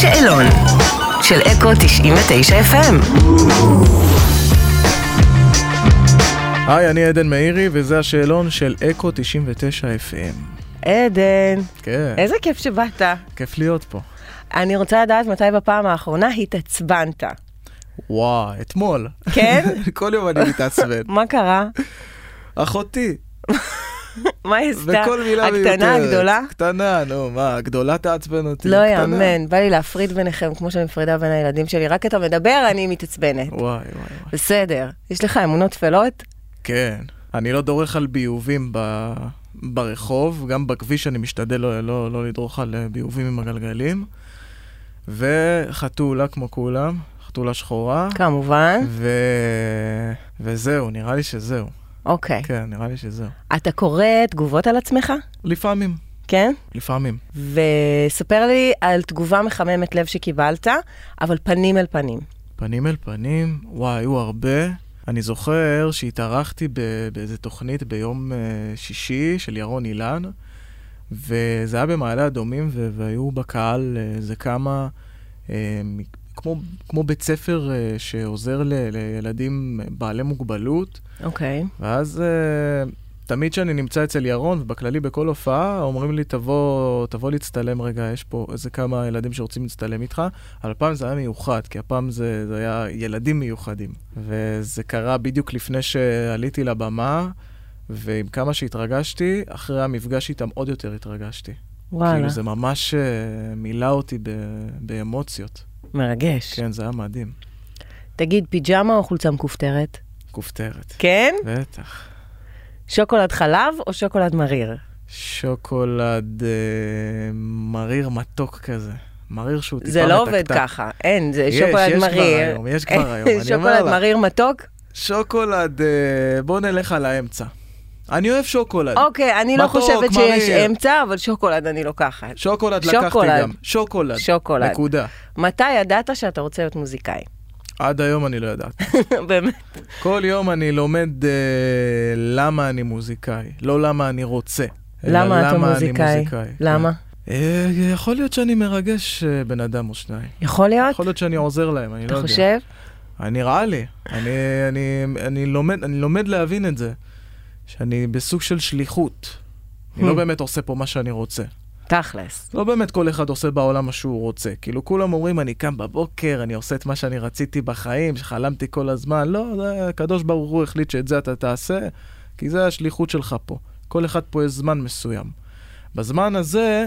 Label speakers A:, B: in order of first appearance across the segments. A: שאלון של אקו 99 FM.
B: היי, אני עדן מאירי, וזה השאלון של אקו 99 FM.
A: עדן,
B: כן,
A: איזה כיף שבאת.
B: כיף להיות פה.
A: אני רוצה לדעת מתי בפעם האחרונה התעצבנת.
B: וואי, אתמול.
A: כן?
B: כל יום אני מתעצבן.
A: מה קרה?
B: אחותי,
A: מה היא עשתה?
B: וכל מילה מיותרת.
A: הקטנה, הגדולה?
B: קטנה, נו, מה, הגדולה תעצבן אותי.
A: לא
B: הקטנה.
A: יאמן, בא לי להפריד ביניכם כמו שאני מפרידה בין הילדים שלי. רק אתה מדבר, אני מתעצבנת.
B: וואי, וואי, וואי.
A: בסדר. יש לך אמונות טפלות?
B: כן. אני לא דורך על ביובים ב... ברחוב, גם בכביש אני משתדל לא, לא, לא לדרוך על אה, ביובים עם הגלגלים. וחתולה כמו כולם, חתולה שחורה.
A: כמובן.
B: ו... וזהו, נראה לי שזהו.
A: אוקיי.
B: כן, נראה לי שזהו.
A: אתה קורא תגובות על עצמך?
B: לפעמים,
A: כן?
B: לפעמים.
A: וספר לי על תגובה מחממת לב שקיבלת, אבל פנים אל פנים.
B: פנים אל פנים, וואי, היו הרבה. אני זוכר שהתארחתי ב- באיזה תוכנית ביום אה, שישי של ירון אילן, וזה היה במעלה אדומים, ו- והיו בקהל אה, איזה כמה, אה, מ- כמו, כמו בית ספר אה, שעוזר ל- לילדים אה, בעלי מוגבלות,
A: אוקיי.
B: ואז אה, תמיד כשאני נמצא אצל ירון, ובכללי בכל הופעה, אומרים לי, תבוא, תבוא להצטלם רגע, יש פה איזה כמה ילדים שרוצים להצטלם איתך, אבל הפעם זה היה מיוחד, כי הפעם זה, זה היה ילדים מיוחדים. וזה קרה בדיוק לפני שעליתי לבמה, ועם כמה שהתרגשתי, אחרי המפגש איתם עוד יותר התרגשתי.
A: וואלה.
B: כאילו זה ממש אה, מילא אותי ב, באמוציות.
A: מרגש.
B: כן, זה היה מדהים.
A: תגיד, פיג'מה או חולצה מכופתרת?
B: כופתרת.
A: כן?
B: בטח.
A: שוקולד חלב או שוקולד מריר?
B: שוקולד אה, מריר מתוק כזה. מריר שהוא טיפה
A: זה
B: מתקתק.
A: לא עובד ככה, אין, זה
B: יש,
A: שוקולד
B: יש כבר
A: מריר.
B: היום, יש כבר היום, אני אומר
A: שוקולד
B: לך. אה,
A: מריר מתוק?
B: שוקולד, אה, בוא נלך על האמצע. אני אוהב שוקולד.
A: אוקיי, אני לא
B: מתוק,
A: חושבת שיש
B: מריר.
A: אמצע, אבל שוקולד אני לוקחת.
B: שוקולד לקחתי
A: שוקולד.
B: גם. שוקולד.
A: שוקולד.
B: נקודה.
A: מתי ידעת שאתה רוצה להיות מוזיקאי?
B: עד היום אני לא ידעתי.
A: באמת.
B: אה, כל יום אני לומד אה, למה אני מוזיקאי, לא למה אני רוצה. אלא
A: למה אתה
B: אני
A: מוזיקאי?
B: מוזיקאי.
A: למה?
B: כן. אה, יכול להיות שאני מרגש אה, בן אדם או שניים.
A: יכול להיות?
B: יכול להיות שאני עוזר להם, אני לא
A: אתה
B: יודע.
A: חושב?
B: אני רע לי. אני, אני, אני, לומד, אני לומד להבין את זה, שאני בסוג של שליחות. אני לא
A: Hmm.
B: באמת עושה פה מה שאני רוצה.
A: תכלס.
B: לא באמת כל אחד עושה בעולם מה שהוא רוצה. כאילו, כולם אומרים, אני קם בבוקר, אני עושה את מה שאני רציתי בחיים, שחלמתי כל הזמן. לא, זה הקדוש ברוך הוא החליט שאת זה אתה תעשה, כי זה השליחות שלך פה. כל אחד פה יש זמן מסוים. בזמן הזה,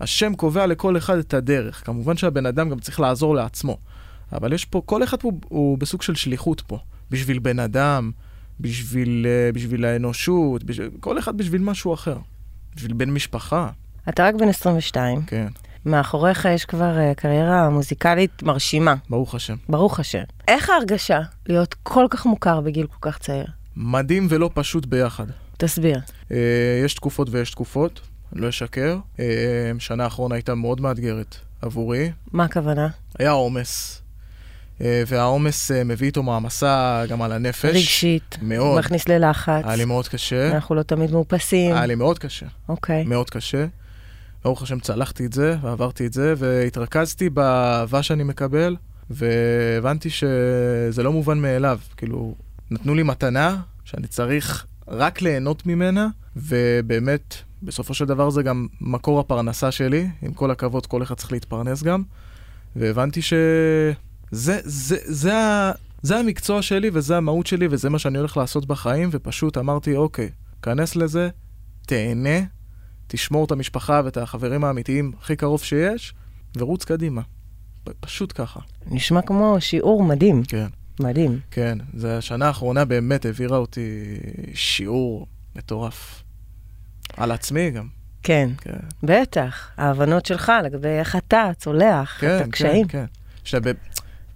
B: השם קובע לכל אחד את הדרך. כמובן שהבן אדם גם צריך לעזור לעצמו. אבל יש פה, כל אחד פה הוא בסוג של שליחות פה. בשביל בן אדם, בשביל, אה, בשביל האנושות, בשביל, כל אחד בשביל משהו אחר. בשביל בן משפחה,
A: אתה רק בן 22,
B: כן.
A: מאחוריך יש כבר אה, קריירה מוזיקלית מרשימה,
B: ברוך השם.
A: ברוך השם. איך ההרגשה להיות כל כך מוכר בגיל כל כך צעיר?
B: מדהים ולא פשוט ביחד.
A: תסביר.
B: אה, יש תקופות ויש תקופות, אני לא אשקר. אה, שנה האחרונה הייתה מאוד מאתגרת עבורי.
A: מה הכוונה?
B: היה עומס. אה, והעומס אה, מביא איתו מעמסה גם על הנפש.
A: רגשית,
B: מאוד. כן.
A: מכניס ללחץ,
B: היה לי מאוד קשה.
A: אנחנו לא תמיד מאופסים,
B: היה לי מאוד קשה.
A: אוקיי.
B: מאוד קשה. ברוך השם צלחתי את זה, ועברתי את זה, והתרכזתי באהבה שאני מקבל, והבנתי שזה לא מובן מאליו. כאילו, נתנו לי מתנה שאני צריך רק ליהנות ממנה, ובאמת, בסופו של דבר זה גם מקור הפרנסה שלי. עם כל הכבוד, כל אחד צריך להתפרנס גם. והבנתי שזה זה, זה, זה, ה- זה המקצוע שלי וזה המהות שלי וזה מה שאני הולך לעשות בחיים, ופשוט אמרתי, אוקיי, כנס לזה, תהנה, תשמור את המשפחה ואת החברים האמיתיים הכי קרוב שיש, ורוץ קדימה. פ- פשוט ככה.
A: נשמע כמו שיעור מדהים,
B: כן.
A: מדהים.
B: כן, זה השנה האחרונה באמת העבירה אותי שיעור מטורף. על עצמי גם,
A: כן,
B: כן.
A: בטח, ההבנות שלך לגבי איך אתה צולח,
B: כן,
A: את הקשיים.
B: כן, כן. שאתה ב...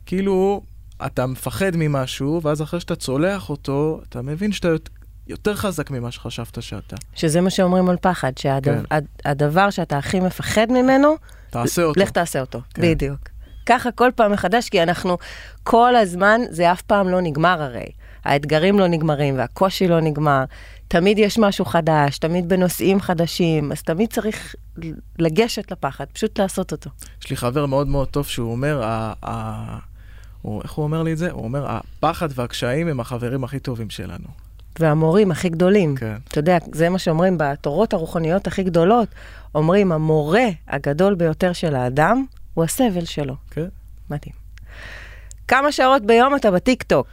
B: כאילו, אתה מפחד ממשהו, ואז אחרי שאתה צולח אותו, אתה מבין שאתה יות- יותר חזק ממה שחשבת שאתה.
A: שזה מה שאומרים על פחד,
B: כן.
A: שהדבר שאתה הכי מפחד ממנו,
B: תעשה אותו.
A: לך תעשה אותו,
B: כן.
A: בדיוק. ככה כל פעם מחדש, כי אנחנו כל הזמן, זה אף פעם לא נגמר הרי. האתגרים לא נגמרים והקושי לא נגמר. תמיד יש משהו חדש, תמיד בנושאים חדשים, אז תמיד צריך לגשת לפחד, פשוט לעשות אותו.
B: יש לי חבר מאוד מאוד טוב שהוא אומר, ה- ה- הוא- איך הוא אומר לי את זה? הוא אומר, הפחד והקשיים הם החברים הכי טובים שלנו.
A: והמורים הכי גדולים,
B: כן.
A: אתה יודע, זה מה שאומרים בתורות הרוחניות הכי גדולות, אומרים, המורה הגדול ביותר של האדם הוא הסבל שלו.
B: כן.
A: מדהים. כמה שעות ביום אתה בטיקטוק?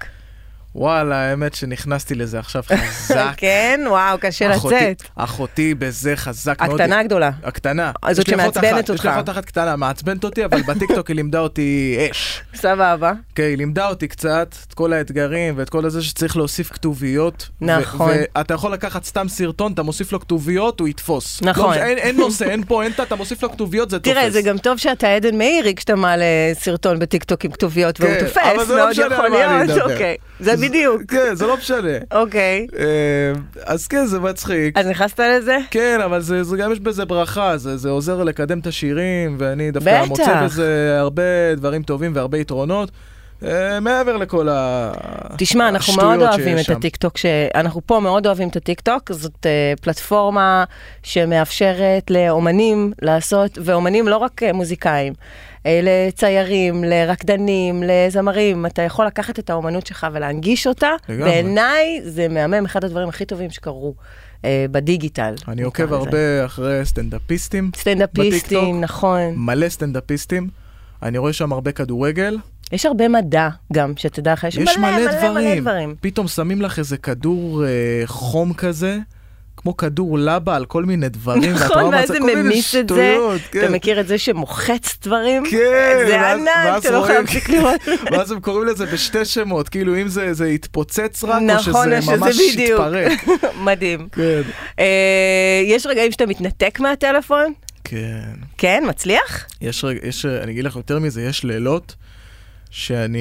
B: וואלה, האמת שנכנסתי לזה עכשיו חזק.
A: כן, וואו, קשה
B: אחותי-
A: לצאת.
B: אחותי בזה חזק מאוד.
A: הקטנה הגדולה.
B: הקטנה.
A: אה, זאת
B: יש לי אחות
A: שמעצבנת
B: אחת- יש
A: אותך.
B: לי אחות אחת קטנה, מעצבנת אותי, אבל בטיקטוק היא לימדה אותי אש.
A: סבבה.
B: כן, היא לימדה אותי קצת את כל האתגרים ואת כל הזה שצריך להוסיף כתוביות. ו-
A: נכון.
B: ואתה יכול לקחת סתם סרטון, אתה מוסיף לו כתוביות, הוא יתפוס.
A: נכון.
B: לא, אין, אין נושא, אין פואנטה, אתה מוסיף לו כתוביות, זה תופס.
A: תראה, זה גם טוב שאתה עדן מאירי כשאתה מעלה סרטון בטיקטוק עם כתוביות והוא
B: כן, אבל
A: תופס,
B: זה לא
A: מאוד
B: משנה על
A: יכול
B: מה אני
A: להיות,
B: מדבר.
A: אוקיי. זה בדיוק,
B: כן, זה לא משנה.
A: אוקיי.
B: אה, אז כן, זה מצחיק.
A: אז נכנסת לזה?
B: כן, אבל זה, זה גם יש בזה ברכה, זה, זה עוזר לקדם את השירים, ואני דווקא
A: בטח.
B: מוצא בזה הרבה דברים טובים והרבה יתרונות, אה, מעבר לכל ה...
A: תשמע, אנחנו
B: השטויות
A: מאוד
B: שיש
A: אוהבים את
B: שם.
A: הטיקטוק, ש... אנחנו פה מאוד אוהבים את הטיקטוק, זאת אה, פלטפורמה שמאפשרת לאומנים לעשות, ואומנים לא רק אה, מוזיקאים, אה, לציירים, לרקדנים, לזמרים, אתה יכול לקחת את האומנות שלך ולהנגיש אותה.
B: לגמרי.
A: בעיניי זה מהמם, אחד הדברים הכי טובים שקרו אה, בדיגיטל.
B: אני
A: נקרא
B: עוקב
A: לזה.
B: הרבה אחרי סטנדאפיסטים,
A: סטנדאפיסטים,
B: בטיקטוק.
A: נכון.
B: מלא סטנדאפיסטים. אני רואה שם הרבה כדורגל,
A: יש הרבה מדע גם, שתדע לך, יש,
B: יש
A: מלא,
B: מלא
A: מלא
B: דברים.
A: דברים.
B: פתאום שמים לך איזה כדור אה, חום כזה, כמו כדור לבה על כל מיני דברים. ואתה
A: נכון,
B: אומר,
A: ואז זה
B: כל מיני
A: ממיס את זה.
B: שטויות,
A: אתה
B: כן.
A: מכיר את זה שמוחץ דברים?
B: כן,
A: זה
B: ואז-
A: ענק,
B: ואז
A: אתה לא יכול
B: רואים-
A: להפסיק לראות.
B: ואז הם קוראים לזה בשתי שמות, כאילו אם זה, זה התפוצץ רק, או
A: נכון, או
B: שזה
A: שזה
B: ממש
A: בדיוק.
B: התפרק.
A: מדהים.
B: כן.
A: אה, יש רגעים שאתה מתנתק מהטלפון?
B: כן.
A: כן, מצליח?
B: יש רגע, יש, אני אגיד לך יותר מזה, יש לילות שאני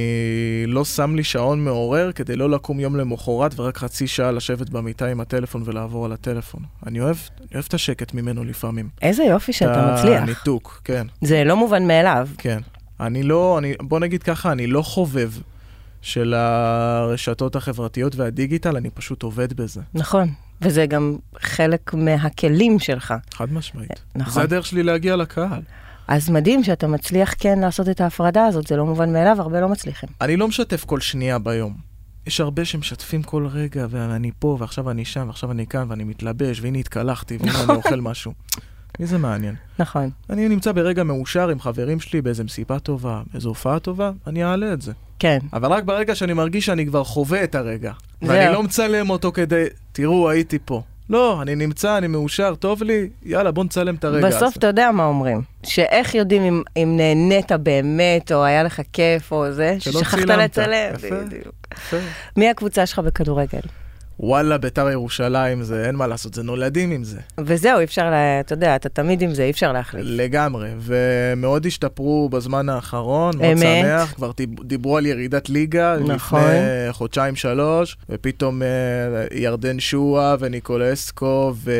B: לא שם לי שעון מעורר כדי לא לקום יום למחרת ורק חצי שעה לשבת במיטה עם הטלפון ולעבור על הטלפון. אני אוהב, אני אוהב את השקט ממנו לפעמים.
A: איזה יופי
B: את
A: שאתה מצליח.
B: הניתוק, כן,
A: זה לא מובן מאליו.
B: כן. אני לא, אני, בוא נגיד ככה, אני לא חובב של הרשתות החברתיות והדיגיטל, אני פשוט עובד בזה.
A: נכון. וזה גם חלק מהכלים שלך.
B: חד משמעית.
A: נכון.
B: זה הדרך שלי להגיע לקהל.
A: אז מדהים שאתה מצליח כן לעשות את ההפרדה הזאת, זה לא מובן מאליו, הרבה לא מצליחים.
B: אני לא משתף כל שנייה ביום. יש הרבה שמשתפים כל רגע, ואני פה, ועכשיו אני שם, ועכשיו אני כאן, ואני מתלבש, והנה התקלחתי, והנה אני אוכל משהו. מי זה מעניין?
A: נכון.
B: אני נמצא ברגע מאושר עם חברים שלי באיזה מסיבה טובה, באיזו הופעה טובה, אני אעלה את זה.
A: כן.
B: אבל רק ברגע שאני מרגיש שאני כבר חווה את הרגע.
A: זהו.
B: ואני לא מצלם אותו כדי, תראו, הייתי פה. לא, אני נמצא, אני מאושר, טוב לי, יאללה, בוא נצלם את הרגע
A: בסוף
B: הזה.
A: אתה יודע מה אומרים, שאיך יודעים אם, אם נהנית באמת, או היה לך כיף, או זה,
B: שלא
A: ששכחת
B: צילמת.
A: לצלם.
B: יפה.
A: בדיוק.
B: בסוף...
A: מי הקבוצה שלך בכדורגל?
B: וואלה, ביתר ירושלים זה, אין מה לעשות, זה נולדים עם זה.
A: וזהו, אי אפשר, לה- אתה יודע, אתה תמיד עם זה, אי אפשר להחליט.
B: לגמרי, ומאוד השתפרו בזמן האחרון, מאוד
A: אמת.
B: שמח, כבר דיב- דיברו על ירידת ליגה
A: נכון.
B: לפני אה, חודשיים-שלוש, ופתאום אה, ירדן שואה וניקולסקו ו...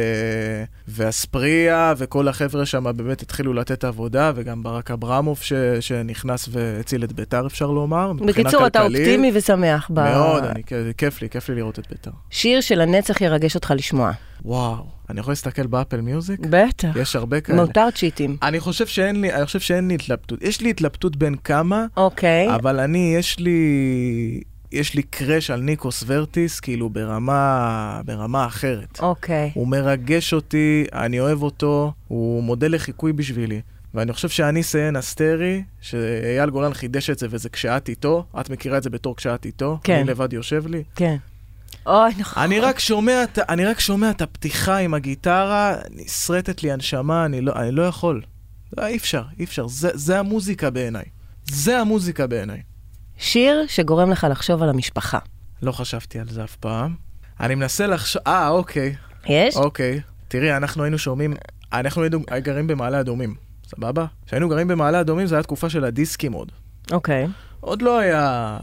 B: ואספריה, וכל החבר'ה שם באמת התחילו לתת עבודה, וגם ברק אברמוב ש... שנכנס והציל את ביתר, אפשר לומר, מבחינה כלכלית.
A: בקיצור, אתה אופטימי ושמח. ב-
B: מאוד, אני, כיף לי, כיף לי לראות את ביתר.
A: שיר שלנצח ירגש אותך לשמוע.
B: וואו, אני יכול להסתכל באפל מיוזיק?
A: בטח.
B: יש הרבה כאלה.
A: כן. מותר צ'יטים.
B: אני חושב שאין לי, אני חושב שאין לי התלבטות. יש לי התלבטות בין כמה,
A: אוקיי.
B: אבל אני, יש לי, יש לי קראש על ניקוס ורטיס, כאילו ברמה, ברמה אחרת.
A: אוקיי.
B: הוא מרגש אותי, אני אוהב אותו, הוא מודל לחיקוי בשבילי. ואני חושב שאני סיין אסתרי, שאייל גולן חידש את זה, וזה כשאת איתו, את מכירה את זה בתור כשאת איתו,
A: כן.
B: אני לבד יושב לי.
A: כן. אוי, נכון.
B: אני רק שומע, את ה- אני רק שומע את הפתיחה עם הגיטרה, נשרטת לי הנשמה, אני לא, אני לא יכול. לא, אי אפשר, אי אפשר. זה, זה המוזיקה בעיניי. זה המוזיקה בעיניי.
A: שיר שגורם לך לחשוב על המשפחה.
B: לא חשבתי על זה אף פעם. אני מנסה לחשוב... אה, אוקיי,
A: יש?
B: אוקיי. תראי, אנחנו היינו שומעים... אנחנו היינו גרים במעלה אדומים, סבבה? כשהיינו גרים במעלה אדומים זה היה תקופה של הדיסקים עוד.
A: אוקיי.
B: עוד לא היה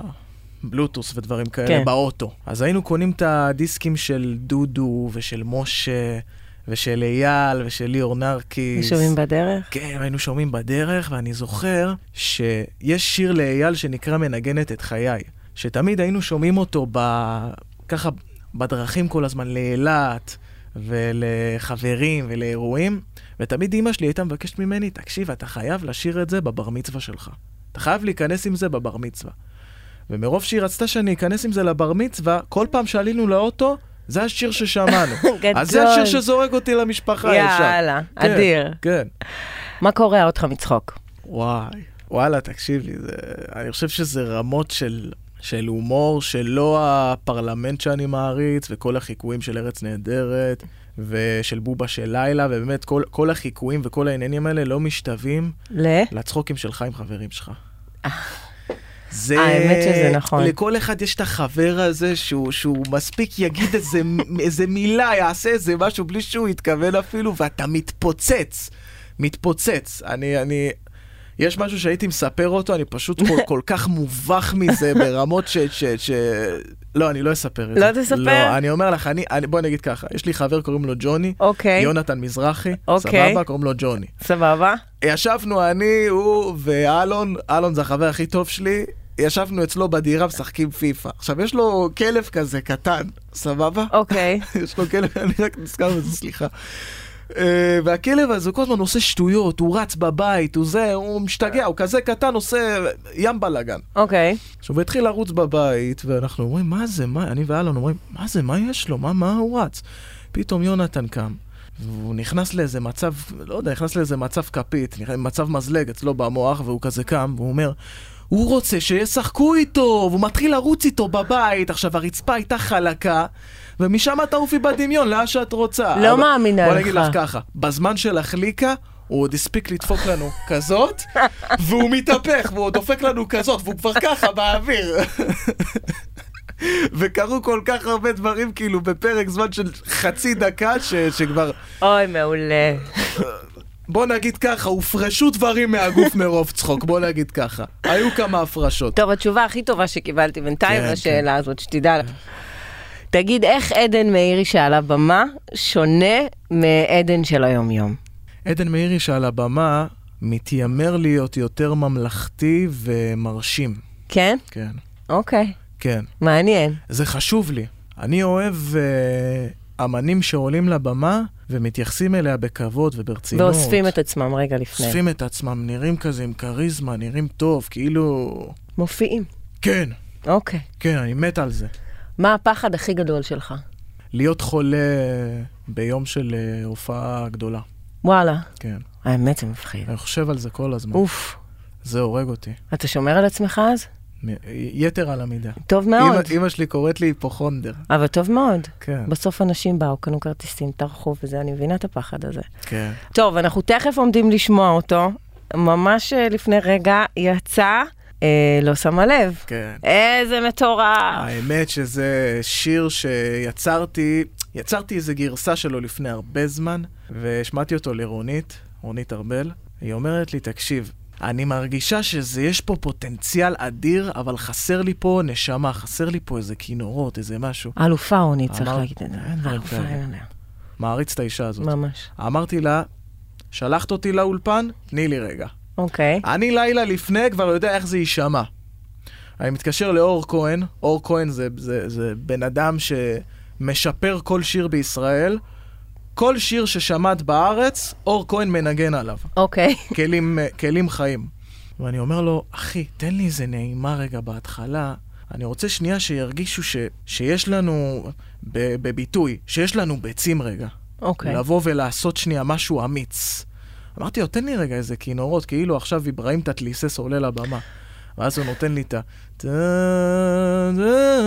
B: בלוטוס ודברים כאלה
A: כן.
B: כן. באוטו. אז היינו קונים את הדיסקים של דודו ושל משה ושל אייל ושל ליאור נרקיס.
A: שומעים בדרך?
B: כן, היינו שומעים בדרך, ואני זוכר שיש שיר לאייל שנקרא מנגנת את חיי, שתמיד היינו שומעים אותו ב... ככה בדרכים כל הזמן לאילת ולחברים ולאירועים, ותמיד אימא שלי הייתה מבקשת ממני, תקשיב, אתה חייב לשיר את זה בבר מצווה שלך. אתה חייב להיכנס עם זה בבר מצווה. ומרוב שהיא רצתה שאני אכנס עם זה לבר מצווה, כל פעם שעלינו לאוטו, זה השיר ששמענו.
A: גדול.
B: אז זה השיר שזורק אותי למשפחה ישר.
A: יאללה,
B: כן,
A: אדיר.
B: כן.
A: מה קורע אותך מצחוק?
B: וואי, וואלה, תקשיב לי, זה, אני חושב שזה רמות של, של הומור שלא הפרלמנט שאני מעריץ, וכל החיקויים של ארץ נהדרת, ושל בובה של לילה, ובאמת כל, כל החיקויים וכל העניינים האלה לא משתווים
A: ל...
B: לצחוקים שלך עם חברים שלך. זה...
A: אה, האמת שזה נכון.
B: לכל אחד יש את החבר הזה שהוא, שהוא מספיק יגיד איזה, איזה מילה, יעשה איזה משהו בלי שהוא יתכוון אפילו, ואתה מתפוצץ. מתפוצץ. אני, אני... יש משהו שהייתי מספר אותו, אני פשוט כל, כל כך מובך מזה ברמות ש, ש, ש... לא, אני לא אספר את זה.
A: לא תספר?
B: לא, אני אומר לך, אני, אני... בוא נגיד ככה, יש לי חבר, קוראים לו ג'וני,
A: אוקיי,
B: יונתן מזרחי,
A: אוקיי.
B: סבבה, קוראים לו ג'וני.
A: סבבה.
B: ישבנו אני, הוא ואלון, אלון זה החבר הכי טוב שלי, ישבנו אצלו בדירה משחקים פיפא. עכשיו, יש לו כלב כזה קטן, סבבה?
A: אוקיי.
B: יש לו כלב, אני רק נזכר בזה, סליחה. אה, והכלב הזה כל הזמן עושה שטויות, הוא רץ בבית, הוא זה, הוא משתגע, הוא כזה קטן, עושה ים בלאגן.
A: אוקיי.
B: עכשיו, הוא התחיל לרוץ בבית, ואנחנו אומרים, מה זה, מה, אני ואלון אומרים, מה זה, מה יש לו, מה, מה הוא רץ? פתאום יונתן קם, והוא נכנס לאיזה מצב, לא יודע, נכנס לאיזה מצב כפית, נכנס- מצב מזלג אצלו במוח, והוא כזה קם, והוא אומר, הוא רוצה שישחקו איתו, והוא מתחיל לרוץ איתו בבית, עכשיו הרצפה הייתה חלקה, ומשם תעופי בדמיון, לאן שאת רוצה.
A: לא מאמינה
B: בוא נגיד
A: לך.
B: לך ככה, בזמן של החליקה, הוא עוד הספיק לדפוק לנו כזאת, והוא מתהפך, והוא דופק לנו כזאת, והוא כבר ככה באוויר. וקרו כל כך הרבה דברים, כאילו, בפרק זמן של חצי דקה, ש, שכבר,
A: אוי, מעולה.
B: בוא נגיד ככה, הופרשו דברים מהגוף מרוב צחוק, בוא נגיד ככה. היו כמה הפרשות.
A: טוב, התשובה הכי טובה שקיבלתי בינתיים
B: כן,
A: לשאלה הזאת, שתדע לך. תגיד, איך עדן מאירי שעל הבמה שונה מעדן של היום-יום?
B: עדן מאירי שעל הבמה מתיימר להיות יותר ממלכתי ומרשים.
A: כן?
B: כן,
A: אוקיי.
B: כן.
A: מעניין.
B: זה חשוב לי. אני אוהב אה, אמנים שעולים לבמה ומתייחסים אליה בכבוד וברצינות.
A: ואוספים את עצמם רגע לפני.
B: אוספים את עצמם, נראים כזה עם כריזמה, נראים טוב, כאילו...
A: מופיעים.
B: כן,
A: אוקיי.
B: כן, אני מת על זה.
A: מה הפחד הכי גדול שלך?
B: להיות חולה ביום של אה, הופעה גדולה,
A: וואלה.
B: כן.
A: האמת, זה מפחיד.
B: אני חושב על זה כל הזמן.
A: אוף.
B: זה הורג אותי.
A: אתה שומר על עצמך אז?
B: מ- יתר על המידה.
A: טוב מאוד.
B: אמא- אמא שלי קוראת לי היפוכונדר.
A: אבל טוב מאוד.
B: כן,
A: בסוף אנשים באו, קנו כרטיסים, טרחו וזה, אני מבינה את הפחד הזה.
B: כן.
A: טוב, אנחנו תכף עומדים לשמוע אותו. ממש אה, לפני רגע יצא, אה, לא שמה לב.
B: כן.
A: איזה מטורף.
B: האמת שזה שיר שיצרתי, יצרתי איזה גרסה שלו לפני הרבה זמן, והשמעתי אותו לרונית, רונית ארבל. היא אומרת לי, תקשיב, אני מרגישה שזה, יש פה פוטנציאל אדיר, אבל חסר לי פה נשמה, חסר לי פה איזה כינורות, איזה משהו.
A: אלופה רוני, צריך
B: אמרת,
A: להגיד את זה.
B: אין דברים
A: אלופה,
B: כאלה.
A: אין עליה.
B: מעריץ את האישה הזאת.
A: ממש.
B: אמרתי לה, שלחת אותי לאולפן, תני לי רגע.
A: אוקיי.
B: אני לילה לפני כבר יודע איך זה יישמע. אני מתקשר לאור כהן, אור כהן זה, זה, זה בן אדם שמשפר כל שיר בישראל. כל שיר ששמעת בארץ, אור כהן מנגן עליו.
A: אוקיי.
B: כלים, כלים חיים. ואני אומר לו, אחי, תן לי איזה נעימה רגע בהתחלה. אני רוצה שנייה שירגישו ש, שיש לנו, ב, בביטוי, שיש לנו ביצים רגע.
A: אוקיי.
B: לבוא ולעשות שנייה משהו אמיץ. אמרתי לו, תן לי רגע איזה כינורות, כאילו עכשיו אברהים תתליסס עולה לבמה. ואז הוא נותן לי את ה... טה, נה,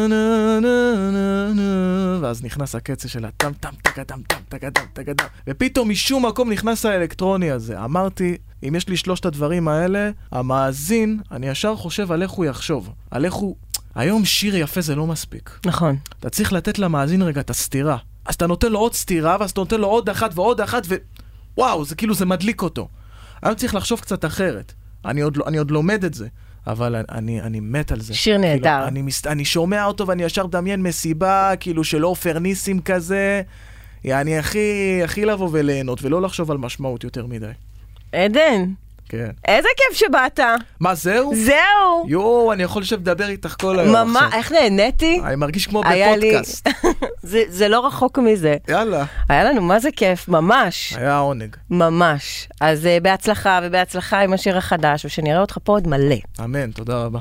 B: נה, נה, נה, נה, ואז נכנס הקצב של הטם טם טקה טם טם טקה טם טקה טם ופתאום משום מקום נכנס האלקטרוני הזה. אמרתי, אם יש לי שלושת הדברים האלה, המאזין, אני ישר חושב על איך הוא יחשוב. על איך הוא... היום שיר יפה זה לא מספיק.
A: נכון.
B: אתה צריך לתת למאזין רגע את הסטירה. אז אתה נותן לו עוד סטירה, ואז אתה נותן לו עוד אחת ועוד אחת, ו... וואו, זה כאילו, זה מדליק אותו. היום צריך לחשוב קצת אחרת. אני עוד, לא- אני עוד לומד את זה, אבל אני- אני, אני מת על זה.
A: שיר נהדר.
B: כאילו, אני, מס, אני שומע אותו ואני ישר מדמיין מסיבה, כאילו, של עופר ניסים כזה. אני הכי, הכי לבוא וליהנות, ולא לחשוב על משמעות יותר מדי.
A: עדן,
B: כן.
A: איזה כיף שבאת.
B: מה, זהו?
A: זהו.
B: יואו, אני יכול לשבת לדבר איתך כל היום
A: ממש,
B: עכשיו.
A: איך נהניתי?
B: אני מרגיש כמו
A: היה לי-
B: בפודקאסט.
A: זה, זה לא רחוק מזה.
B: יאללה.
A: היה לנו מה זה כיף, ממש,
B: היה עונג.
A: ממש. אז אה, בהצלחה ובהצלחה עם השיר החדש, ושנראה אותך פה עוד מלא.
B: אמן, תודה רבה.